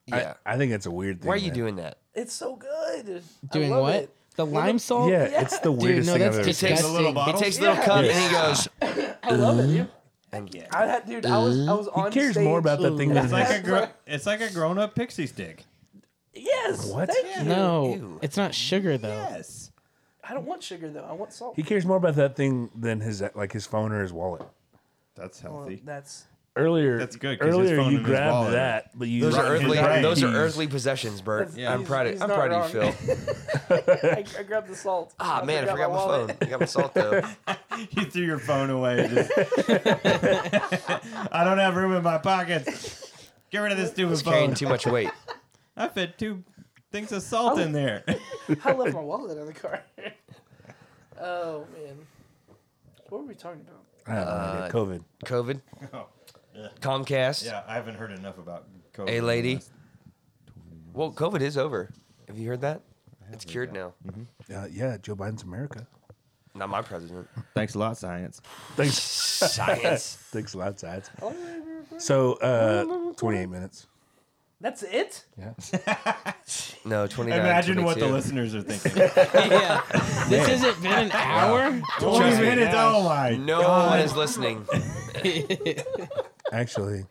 Yeah.
I think it's a weird thing.
Why are you
man.
doing that?
It's so good. I
Doing
love
what?
it.
The lime
Oh,
salt?
Yeah, it's the
Dude,
weirdest
no,
thing I've
that's
ever.
disgusting.
Takes a little bottle.
He takes a little
Yeah.
cup and he goes,
I love it, dude. I had, dude, I was, I was on
Mm-hmm. He cares
stage.
more about that thing than
It's like a gro- it's like a grown up pixie stick.
Yes.
What?
Thank you.
No,
Ew.
it's not sugar though.
Yes.
I don't want sugar though. I want salt.
He cares more about that thing than his like his phone or his wallet.
That's
Well,
healthy.
that's
Earlier,
That's good, 'cause his
Earlier,
phone
you
and his
grabbed
wallet.
that, but you
"Those are
Right.
earthly.
Right.
Those are earthly possessions, Bert.
Yeah.
I'm proud. Of,
He's
I'm
not
proud of you,
wrong.
Phil.
I, I grabbed the salt.
Ah, man, I forgot my,
wallet.
phone. I got my salt though.
You threw your phone away. Just I don't have room in my pockets. Get rid of this stupid
Carrying
phone.
too much weight.
I fit two things of salt in there.
I left my wallet in the car. oh man, what were we talking about?
I have no
Uh,
idea. COVID.
COVID,
Oh,
Comcast,
yeah, I haven't heard enough about COVID.
a lady. Well, COVID is over. Have you heard that? It's cured now.
Uh, yeah, Joe Biden's America.
Not my president.
Thanks a lot, science.
Thanks,
Science.
thanks a lot, sides. So, uh, twenty-eight minutes.
That's it.
Yeah,
No, 29.
Imagine what the
22.
listeners are thinking.
yeah. This hasn't been an hour?
Twenty minutes. Oh my.
No one is listening.
actually,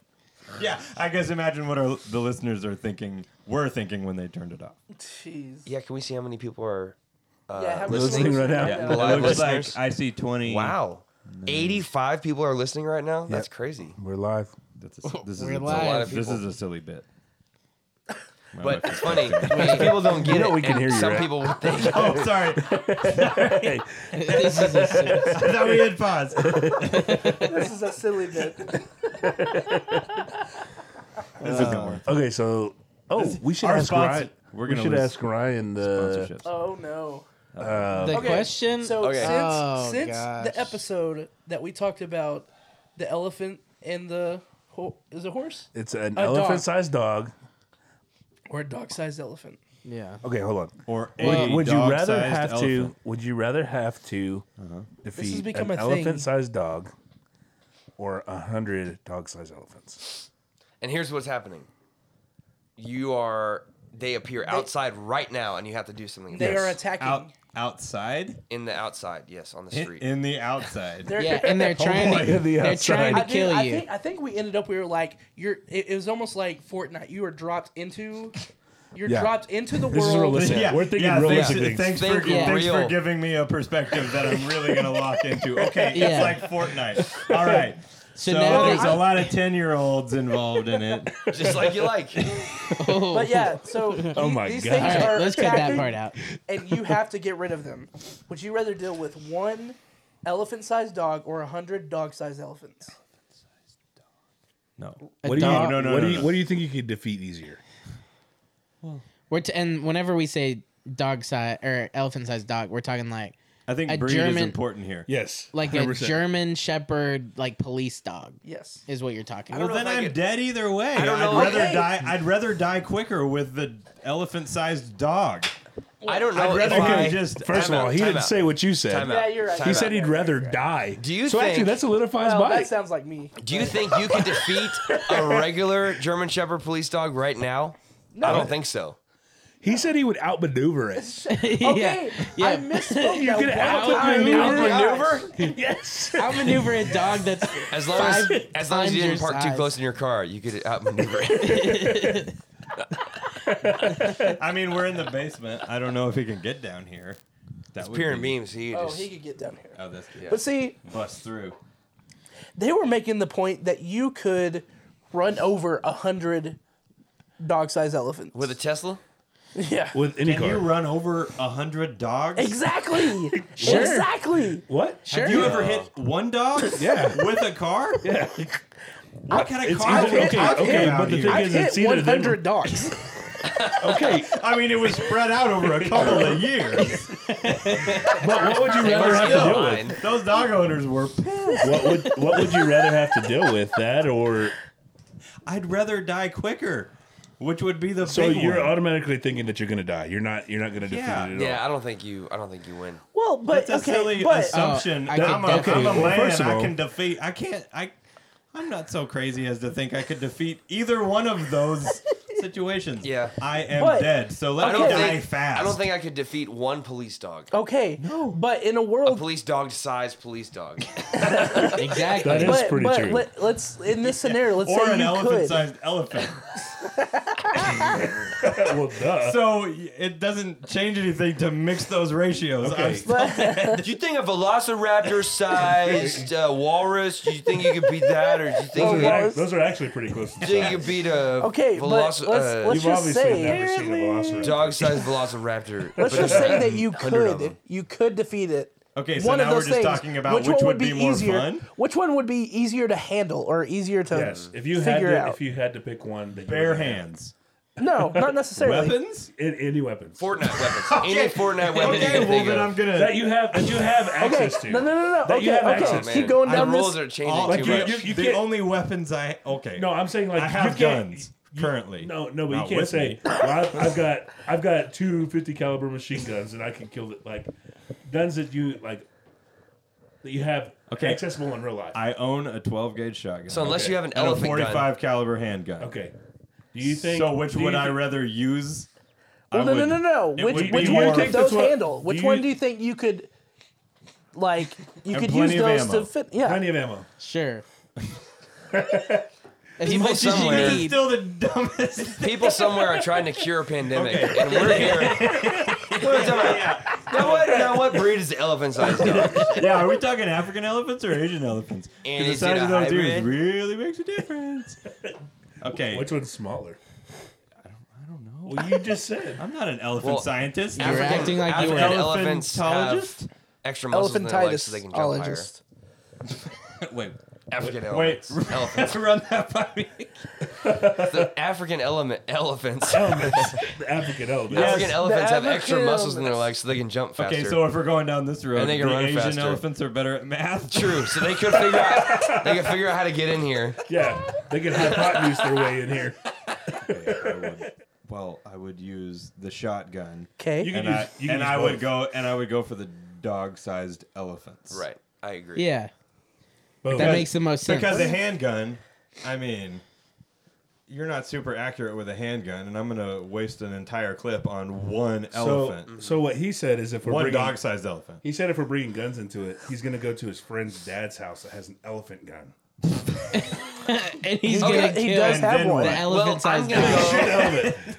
Yeah, I guess imagine what our, the listeners are thinking. Were thinking when they turned it off.
Jeez.
Yeah, can we see how many people are? Uh,
Yeah, how many
listening
listening right now.
Yeah,
The live
it looks
listeners?
like I see twenty.
Wow. 85 people are listening right now? That's crazy.
We're live.
That's a, this is
We're
a,
live.
This is a silly bit. My
But
wife
it's funny. because people don't get
know
it.
we can
and
hear you,
Some
right?
people would think.
Oh, sorry.
This is a,
I thought we had paused.
This is a silly bit.
This isn't worth
Okay, so oh, we should
our
ask
sponsor-
Ryan.
we're
we
gonna
should
lose
ask Ryan the
sponsorships.
Oh no.
the
Okay,
question.
So
Okay.
since
Oh,
since
gosh.
the episode that we talked about the elephant and the ho- is it horse
It's an
dog.
elephant-sized dog.
or a dog-sized elephant?
yeah.
Okay, hold on.
Or
Would,
a
would you
dog-sized
rather have
elephant. Uh-huh.
to? Would you rather have to defeat
become
an
a thing.
elephant-sized dog or a hundred dog-sized elephants?
And here's what's happening. You are. They appear outside right now, and you have to do something.
They
about
are
it.
attacking.
out outside
in the outside. Yes, on the
in,
street.
in the outside?
They're-
Yeah, and they're trying
boy,
to
the
they're trying to
I, think,
kill
I
you.
think I think we ended up we were like you're it, it was almost like Fortnite you were dropped into you're
Yeah.
dropped into the
This is
world
realistic.
yeah,
We're thinking
yeah,
realistic things.
thanks, Thanks, for,
Think
Yeah.
thanks for
real.
giving me a perspective that I'm really gonna lock into. Okay,
Yeah.
it's like Fortnite. All right. So,
now
there's
there's-
a lot of ten-year-olds involved in it.
Just like you like.
but yeah so
Oh my
these
God.
things
All
are
right, let's cut that
attacking
part out.
and you have to get rid of them would you rather deal with one elephant-sized dog or a hundred dog-sized elephants
No.
A
What do you?
dog-
No, no,
what
no,
do you?
no.
What do you think you could defeat easier?
We're t- and whenever we say dog size or elephant sized dog, we're talking like
I think
A
breed is
German-
important here.
Yes,
like a German shepherd, like police dog,
yes
is what you're talking.
don't
about.
Well,
know if
then
I
I'm
could-
dead either way. I
don't know
would
if-
rather
Okay.
die. I'd rather die quicker with the elephant-sized dog.
I don't know.
I'd rather
if I,
you just.
First
Time
of all,
out,
he
time
didn't
out.
say what you said.
Time
yeah
out.
you're right
Time
He
out.
said he'd rather die.
Do you
so actually
think-
that solidifies
well,
my
that sounds like me
Do you think you can defeat a regular German Shepherd police dog right now? No. I don't think so.
He said he would outmaneuver it.
okay
Yeah.
I misspoke
You're
that
gonna
one time.
outmaneuver-
Oh my gosh.
yes.
I'll maneuver a dog that's
As long as,
Five
as long as you
times
didn't
your
park
size.
too close in your car, you could outmaneuver it.
I mean, we're in the basement. I don't know if he can get down here. That would
Pier and
be-
beams. He
oh
just
he could get down here
Oh, that's good.
but see
Bust through.
they were making the point that you could run over a hundred dog-sized elephants
with a Tesla.
yeah
With any
Can
car.
you run over a hundred dogs?
exactly
Sure.
exactly
what?
Have you ever hit one dog?
Yeah.
With a car?
Yeah.
What kind of
It's
car?
either-
are we
okay,
talking
okay,
about
but the
here?
thing
I've
Because it's
hit
either them-
100 dogs.
Okay.
I mean, it was spread out over a couple of years.
But what would you rather have to deal with?
Mine.
Those dog owners were.
What would what would you rather have to deal with? That or
I'd rather die quicker. which would be the
So
big
you're
one.
automatically thinking that you're gonna die. You're not. You're not gonna defeat
Yeah.
it at
Yeah, I don't think you. I don't think you win.
Well, but
That's a
okay,
silly
but uh,
assumption.
Oh, I
I'm,
could
a,
definitely-
I'm a
Well,
man.
first of
I
all-
can defeat. I can't. I. I'm not so crazy as to think I could defeat either one of those situations.
Yeah.
I am
But-
dead. So let
I
me
don't
die
think.
fast.
I don't think I could defeat one police dog.
okay, but in a
A
world,
police dog sized police dog.
exactly.
That is-
but,
pretty
but
true.
Let, us in this scenario, let's
or
say
an
you could.
elephant-sized elephant.
all. Well, duh.
So it doesn't change anything to mix those ratios.
Okay.
I'm still
But,
Did you think a velociraptor sized uh, walrus? Do you think you could beat that, or do you think
Oh,
you
Those
could,
are
yeah.
ac- those are actually pretty close. To
do you
size.
could beat a
Okay, but
veloci- uh,
let's- let's
You've
just
obviously
say-
never seen a velociraptor.
dog sized velociraptor.
let's
But
just say that you
100 of them.
could, you could defeat it.
Okay, so now we're just talking about which would be more
easier,
fun?
Which one would be easier to handle or easier to
Yes. If you had
figure
to,
out?
if you had to pick one, that you
bare
would have.
hands.
no, not necessarily.
Weapons?
An- any weapons
Fortnite weapons. Any Fortnite weapon you
Okay,
can
well
think
then I'm
of.
gonna.
that you have that you have
Okay,
access to.
no, no, no, no.
That
okay,
you have
okay.
access
Oh, Man,
Keep going
I-
down
the rules
this.
are changing
all,
too
you,
much.
Oh, you-
You
the
can't-
only weapons I okay.
No, I'm saying like
I have
you can't-
guns
you-
currently.
No, no, but
Not
you can't
with
say
me.
well, I've, I've got I've got two 50 caliber machine guns and I can kill it like guns that you like that you have
Okay.
accessible in real life.
I own a 12 gauge shotgun.
So unless
Okay.
you have an
and a
elephant
45
gun,
caliber handgun.
okay, do you think
so which
do you
would I
thi-
rather use?
Well,
I
no,
would-
no, no,
it
no. Which
would
which
be
one
more-
could those
that's what-
handle?
do
Which
you-
one do you think you could, like, you
And
could use
plenty of
those to
ammo.
fit? Yeah.
plenty of ammo?
Sure. as
People
much as you
somewhere-
This is
need.
still the dumbest.
people somewhere are trying to cure a pandemic, and we're here. We're talking about- Now what? Now what breed is the elephant sized dog?
yeah, are we talking African elephants or Asian elephants? 'Cause
And
the
is
size
it a
of those ears
hybrid?
really makes a difference. Okay,
Which one's smaller?
I don't know.
Well, you just said
I'm not an elephant
Well,
scientist.
You're African-
acting like you
African
were
an
elephants have
elephantologist?
extra muscles in their legs so they can jump higher.
Elephantiologist.
Wait,
African
wait,
elephants. elephants.
run that by me.
The African element elephants.
Oh,
elements, the African elements.
Yes.
African elephants have
African
extra muscles in their legs
elements.
so they can jump faster.
Okay, so if we're going down this road,
And they can
the
run
Asian
faster.
elephants are better at math.
true. So they could figure out they could figure out how to get in here.
Yeah, they can hypotenuse their way in here.
I would- well, I would use the shotgun,
Okay.
You can
and
use,
I,
you can
and
use
I
both.
would go and I would go for the dog-sized elephants.
Right. I agree.
Yeah.
Boom.
That makes the most sense.
Because a handgun, I mean, you're not super accurate with a handgun, and I'm gonna waste an entire clip on one
so,
elephant,
so what he said is if we're
one
bringing,
dog-sized elephant.
He said if we're bringing guns into it, he's gonna go to his friend's dad's house that has an elephant gun.
and he's
Okay,
gonna
he
kill
does
And
have
then
one.
what?
the
Well,
Well,
elephant
I'm
sized
gonna go.
Elephant.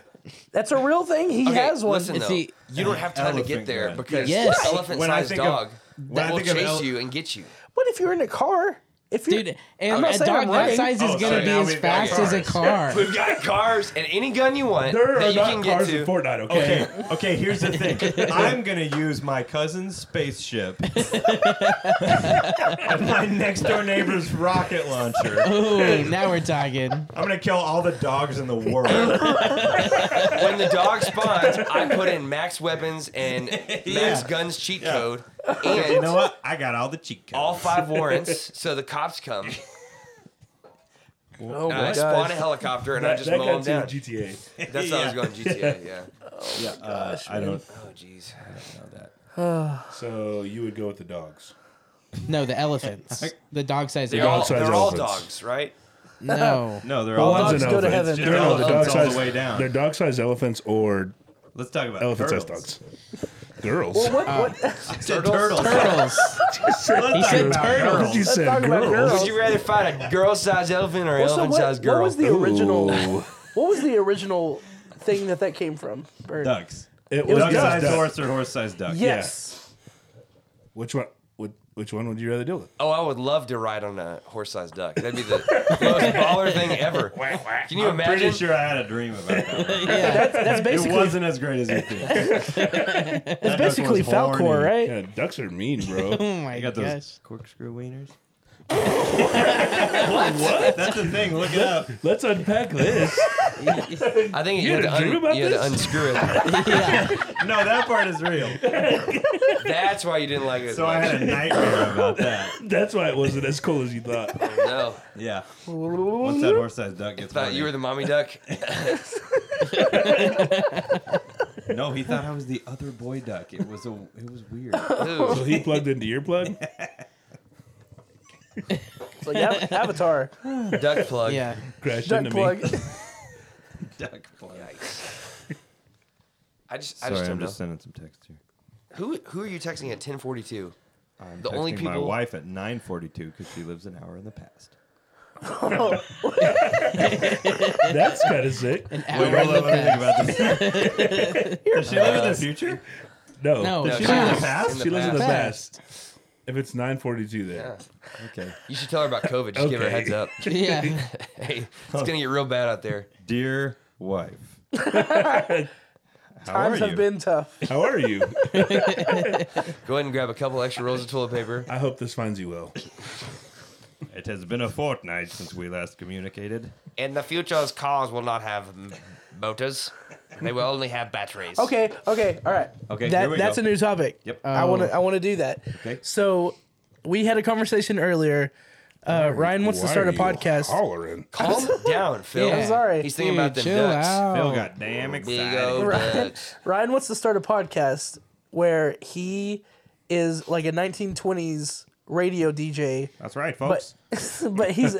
That's a real thing. He
Okay,
has one.
Listen though,
See-
you don't have time to get
Elephant
there
gun.
because
Yes.
the elephant-sized
When I think
dog
of- when I
that will
think of
chase
ele-
you and get you.
But if you're in a car, if you're
Dude, and
I'm not
a
saying
dog
I'm
that
running.
size is
Oh,
gonna
so
be
now
as
we've got
fast as a car.
We've got cars and any gun you want
There
that
are
you can
not
get
cars
to.
in Fortnite. Okay.
Okay, okay, here's the thing. I'm going to use my cousin's spaceship and my next door neighbor's rocket launcher. I'm
Ooh, now we're talking.
going to kill all the dogs in the world.
When the dog spawns, I put in max weapons and max
Yeah.
guns cheat
Yeah.
code
You
and
know what? I got all the cheat codes.
all five warrants, so the cops come.
oh
And I
my
uh, spawn a
gosh,
helicopter and I
That,
just
that
mow
got
them
to
down.
GTA.
That's how I was going GTA. Yeah.
Yeah, uh, I don't
Oh jeez.
know that.
So you would go with the dogs.
No, the elephants. The dog sized
They're all,
Dog-sized
they're all
elephants.
dogs, right?
No.
No, they're
Well,
all
one's
dogs.
an Dogs go to
It's
heaven.
just
They're
elephants
dog
all
sized.
the way down.
They're dog sized elephants or
Let's talk about
elephant sized
turtles.
dogs. Girls.
what, what,
Turtles. Turtles.
Turtles.
Let's talk
said
about
turtles.
turtles.
You said
talk about
girls.
girls.
Would you rather fight a girl-sized elephant or an
Well, so what,
elephant-sized girl?
what was the original?
Ooh.
What was the original thing that that came from? Bird.
Ducks.
It was just
Duck-sized
duck.
horse or horse-sized duck?
Yes.
Which one? Would, which one would you rather deal with?
Oh, I would love to ride on a horse-sized duck. That'd be the most baller thing ever. Can you
I'm pretty
imagine?
sure I had a dream about that. one.
That's
It
basically
wasn't as great as you think.
it's basically
was horny.
Falcor, right?
Yeah, ducks are mean, bro.
Oh my
I got those
gosh.
corkscrew wieners. what? That's the thing. Look it up.
Let's unpack this.
I think you,
You
had, to,
had a dream
un-
about
you had to
this?
unscrew it.
yeah.
No, that part is real.
That's why you didn't like it.
So I had a nightmare about that.
That's why it wasn't as cool as you thought.
no.
Yeah. Once that horse-sized duck gets
Thought you were
horny.
the mommy duck.
No, he thought I was the other boy duck. It was a. It was weird.
So he plugged into your plug.
It's like Av- Avatar,
Ew, duck plug.
Yeah.
Crashed
duck
into
plug.
me.
duck boy.
I just, I just
Sorry, I'm
don't know.
just sending some text here.
Who, who are you texting at 10:42?
I'm
The only
texting my
people-
wife at 9:42 because she lives an hour in the past.
That's kind of sick.
Hour in the past.
about this. Does she live in the future?
No,
No,
Does
she
she, lives
lives in
in
the
past.
She lives in the
Past.
past. If it's 9:42 there,
Okay.
You should tell her about COVID. Just give her a
Okay.
heads up.
Yeah.
hey, it's gonna get real bad out there.
Dear wife. How
Times
are
have
you?
been tough.
how are you?
Go ahead and grab a couple extra rolls of toilet paper.
I hope this finds you well.
It has been a fortnight since we last communicated.
In the future's cars will not have m- motors; they will only have batteries.
Okay, okay, all right.
Okay,
that,
here we
that's
go.
a new topic.
Yep.
I want
Oh.
to. I want to do that.
Okay.
So we had a conversation earlier. Uh, Ryan wants to
Why
start
are
a
you
podcast.
Oh.
Hollering.
calm down, Phil.
Yeah. I'm
sorry.
He's thinking about them
Dude, chill
ducks.
out.
Oh.
Phil got damn
Big
excited.
old
Right.
ducks.
Ryan wants to start a podcast where he is like a 1920s radio DJ,
That's right,
but
folks.
but he's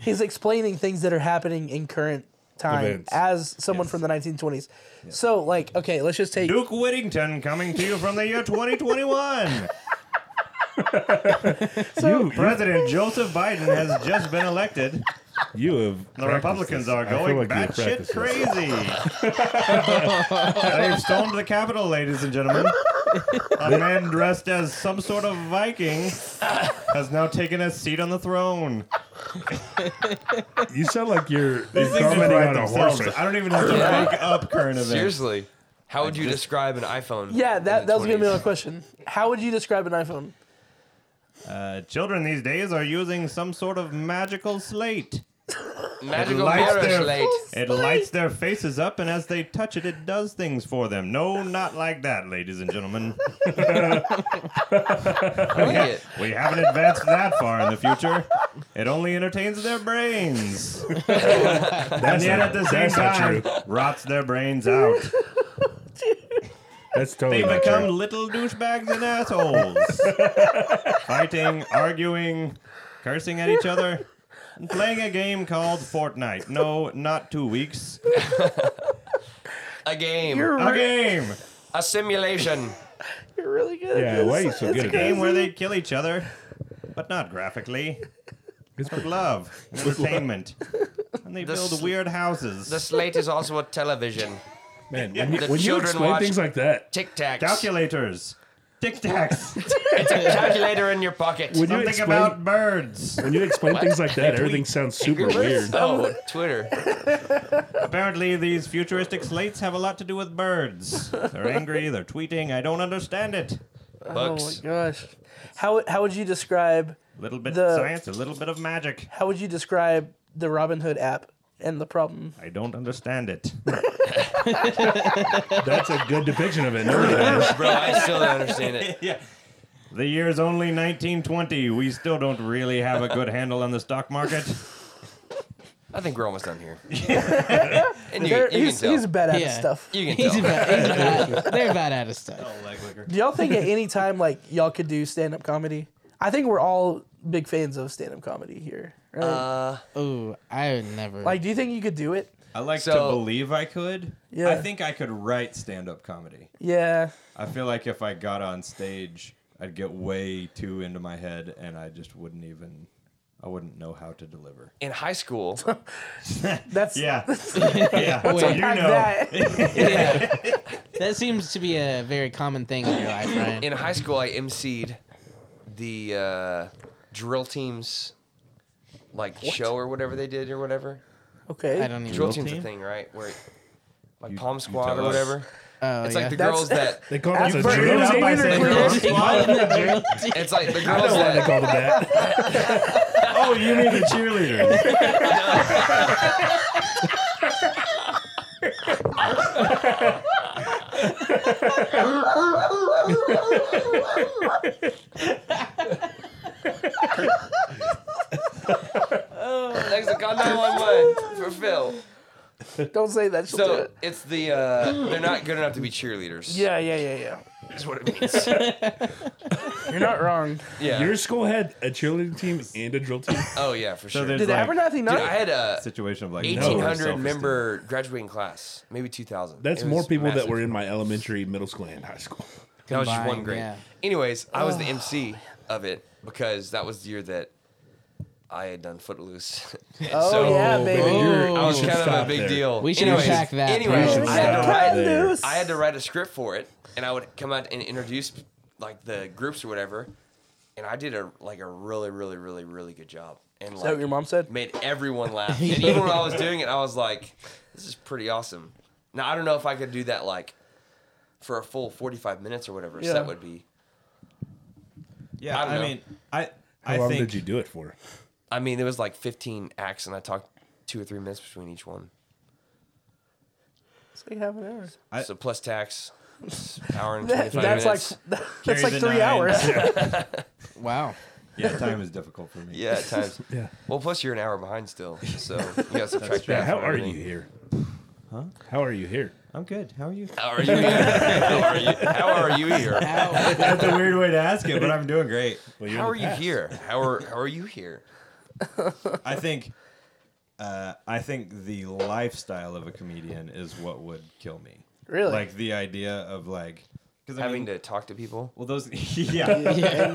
he's explaining things that are happening in current time
Events.
as someone from the 1920s. So like, okay, let's just take
Duke Whittington coming to you from the year 2021.
You,
President Joseph Biden has just been elected.
you have.
The
practiced
Republicans
this.
are
I feel
going
like you have
batshit
practiced this.
crazy. They've stormed the Capitol, ladies and gentlemen. A man dressed as some sort of Viking has now taken a seat on the throne.
You sound like you're
These things just
commenting
write
on a horse.
themselves. I don't even have to look up current events.
Seriously, how would you describe an iPhone?
yeah,
in
that
the
that was gonna be
20s?
my question. How would you describe an iPhone?
Uh, children these days are using some sort of magical slate.
magical
lights
mirror
there.
slate.
It lights their faces up, and as they touch it, it does things for them. No, not like that, ladies and gentlemen.
I like it.
We haven't advanced that far in the future. It only entertains their brains. and yet, at the same
that's not
time, rots their brains out.
That's totally
They
not
become
true.
little douchebags and assholes. Fighting, arguing, cursing at each other, and playing a game called Fortnite. No, not two weeks.
A game,
You're
A
re-
game!
a simulation.
you're really good. at
Yeah,
this.
why are you so
It's
good at
game
that?
where they kill each other, but not graphically. It's with love, and entertainment, and they
The
build
sl-
weird houses.
The slate is also a television.
Man, when you,
The
when you
children
explain
watch-
things like that,
Tic Tacs.
calculators, tic tacs,
It's a calculator in your pocket.
when you
something
explain
about birds.
when you explain things like that, everything sounds super weird.
Um,
Oh, Twitter.
Apparently, these futuristic slates have a lot to do with birds. They're angry. They're tweeting. I don't understand it.
Oh my
Bugs.
gosh. How how would you describe
A little bit
The-
of science, a little bit of magic.
how would you describe the Robin Hood app and the problem?
I don't understand it.
That's a good depiction of it. Never mind.
Bro, I still don't understand it.
yeah. The year's only 1920. We still don't really have a good handle on the stock market.
I think we're almost done here. and you,
There-
you can
he's,
tell.
he's bad at his
Yeah.
stuff.
you can
He's
tell.
about, he's about, they're about out of stuff.
Do y'all think at any time like y'all could do stand up comedy? I think we're all big fans of stand up comedy here. Right?
Uh,
Ooh, I would never.
like, do you think you could do it?
I like
So-
to believe I could.
Yeah.
I think I could write stand up comedy.
Yeah.
I feel like if I got on stage, I'd get way too into my head and I just wouldn't even I wouldn't know how to deliver.
in high school,
That's
Yeah. yeah. So you
Like
know.
that.
that seems to be a very common thing in your life, Ryan.
in high school, I emceed the uh, drill team's like show or whatever they did or whatever.
Okay.
I don't even.
Drill
know.
team's a
Team?
thing, right? Where like
You-
Palm
you
Squad
tell
or
us.
whatever.
Oh,
it's
yeah.
like the
That's-
girls that.
They call it a
Bert
Started
drill
out
team.
by
I
saying
They're
Girls Squad.
the drill team.
It's like the
don't
girls
know why they
that.
called it that.
Oh, you mean the cheerleaders.
Lexicon 911 for Phil.
Don't say that. She'll do
So
it.
it's the uh, they're not good enough to be cheerleaders.
Yeah, yeah, yeah, yeah.
is what it means.
You're not wrong.
Yeah.
Your school had a cheerleading team and a drill team.
oh yeah, for sure.
there's-
Dude,
Did
like-
Abernathy not?
I had a
Situation of like no
eighteen hundred
self-esteem.
member graduating class, maybe two thousand.
That's more people that were in my elementary, middle school, and high school.
That was just one
Combined,
grade.
yeah.
Anyways, I was the MC of it because that was the year that I had done Footloose. And
Oh, yeah, baby.
baby, you're-
I was
you should
kind of Oh, a
stop
big
there.
deal.
We should
anyways,
unpack that.
You
Anyways,
should
I had, to
stop
write,
there.
I had to write a script for it, and I would come out and introduce like the groups or whatever, and I did a like a really, really, really, really good job. And like,
that what your mom said?
Made everyone laugh. And even when I was doing it, I was like, "This is pretty awesome." Now I don't know if I could do that like for a full forty-five minutes or whatever. So
Yeah.
that would be.
Yeah,
I don't
I,
know.
mean, I
How
I
long
think
did you do it for?
I mean, there was like 15 acts, and I talked two or three minutes between each one.
It's like half an hour.
I-
so plus tax, hour and
That,
25
that's like
minutes.
Carry
that's like
the
three
nine.
hours.
Wow.
yeah, time is difficult for me.
yeah, at times.
Yeah.
Well, plus you're an hour behind still, so you got to subtract
Yeah,
that.
how
from
are you
everything.
here? Huh? How are you here?
I'm good. How are you?
How are you? how are you? How are you here?
Ow.
That's a weird way to ask it, but I'm doing great.
Well,
How
in
are
the
you
past.
here? How are How are you here?
I think, uh, I think the lifestyle of a comedian is what would kill me.
Really?
Like the idea of like because
Having to talk to people.
well those yeah,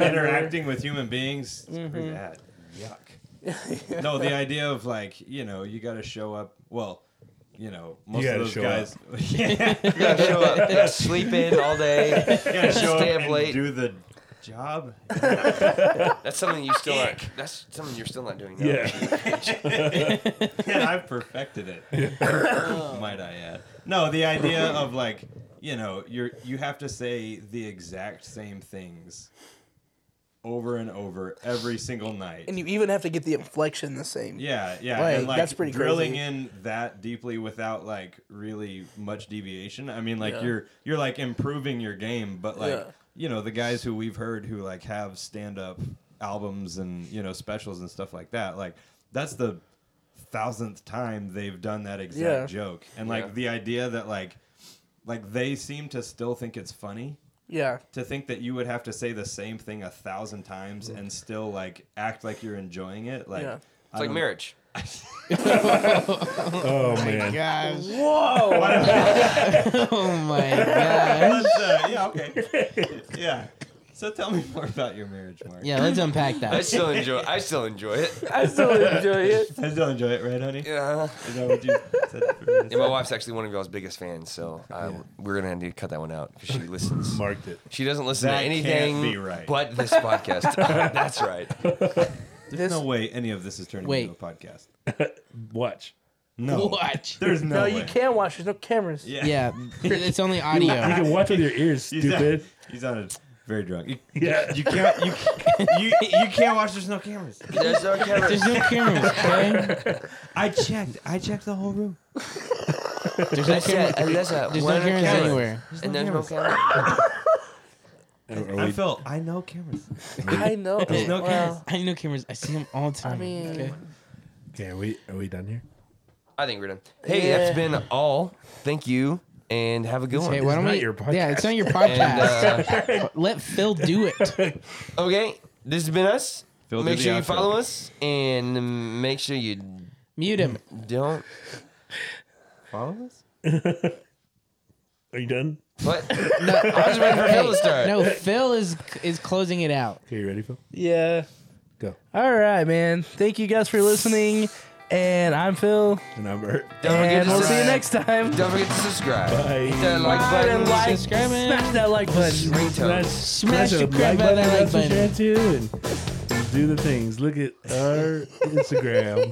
interacting with human beings screw that yuck. no, the idea of like you know you got to show up. Well, you know most
gotta
of those
show
guys yeah,
You gotta show up, you gotta sleep in all day.
you gotta show
Stay
up
up
and
late.
do the job.
That's something you still aren't. That's something you're still not doing. Now.
Yeah.
yeah, I've perfected it. Might I add? No, the idea of like, you know, you're you have to say the exact same things over and over every single night.
and you even have to get the inflection the same.
yeah, yeah,
Like,
and like
that's pretty
drilling
crazy.
in that deeply without like really much deviation. I mean, like
Yeah.
you're you're like improving your game, but like
Yeah.
you know the guys who we've heard who like have stand up albums and you know specials and stuff like that. Like that's the thousandth time they've done that exact
Yeah.
joke, and like
Yeah.
the idea that like like they seem to still think it's funny
Yeah.
to think that you would have to say the same thing a thousand times and still like act like you're enjoying it like
Yeah.
I
It's like
don't-
marriage.
Oh man.
Gosh.
Whoa.
Oh my gosh.
Let's, uh, yeah, okay. Yeah. So tell me more about your marriage, Mark.
Yeah, let's unpack
I
that.
still enjoy. I still enjoy it.
I still enjoy it.
I still enjoy it, right, honey?
Yeah.
Is that what you said for me to say?
And my wife's actually one of y'all's biggest fans, so I, we're gonna need to cut that one out because she listens.
Marked it.
She doesn't listen
That
to
can't
anything
be right.
but this podcast. That's right.
There's no way any of this is turning
Wait.
into a podcast.
Watch.
No.
Watch.
There's no,
No,
way.
you can't watch. There's no cameras.
Yeah.
Yeah, it's only
You
audio.
can watch with your ears,
You
stupid.
sound- You sounded very drunk. You,
Yeah.
you can't you, you you can't watch there's no cameras.
There's no camera.
There's no cameras, okay?
I checked. I checked the whole room.
There's no cameras.
There's no
There's no cameras anywhere.
And there's no camera.
Are- are
I
we-
felt I know cameras.
I know.
There's
no
well,
I know cameras. I see them all the time.
mean-
okay?
okay, are we are we done here?
I think we're done. Hey,
Yeah.
that's been all. Thank you, and have a good one.
Hey, why don't
not
we?
your podcast.
Yeah, it's not your
And,
podcast.
uh,
Let Phil do it.
okay, this has been us.
Phil did
make
the
sure you
outro.
follow us, and um, make sure you
Mute him.
don't.
Follow us?
Are you done?
What? I was waiting for Phil to start.
No, Phil is is closing it out.
Okay, you ready, Phil?
yeah.
Go.
All right, man. Thank you guys for listening. And I'm Phil.
And I'm Bert.
Don't forget
and
to
we'll see you
subscribe.
next time.
Don't forget to subscribe.
Bye.
Hit that like
Subscribe
button.
and like.
Subscribing.
Smash that like button.
Ringtone.
Smash
the
the crap out of that like button.
share too, and do the things. Look at our Instagram.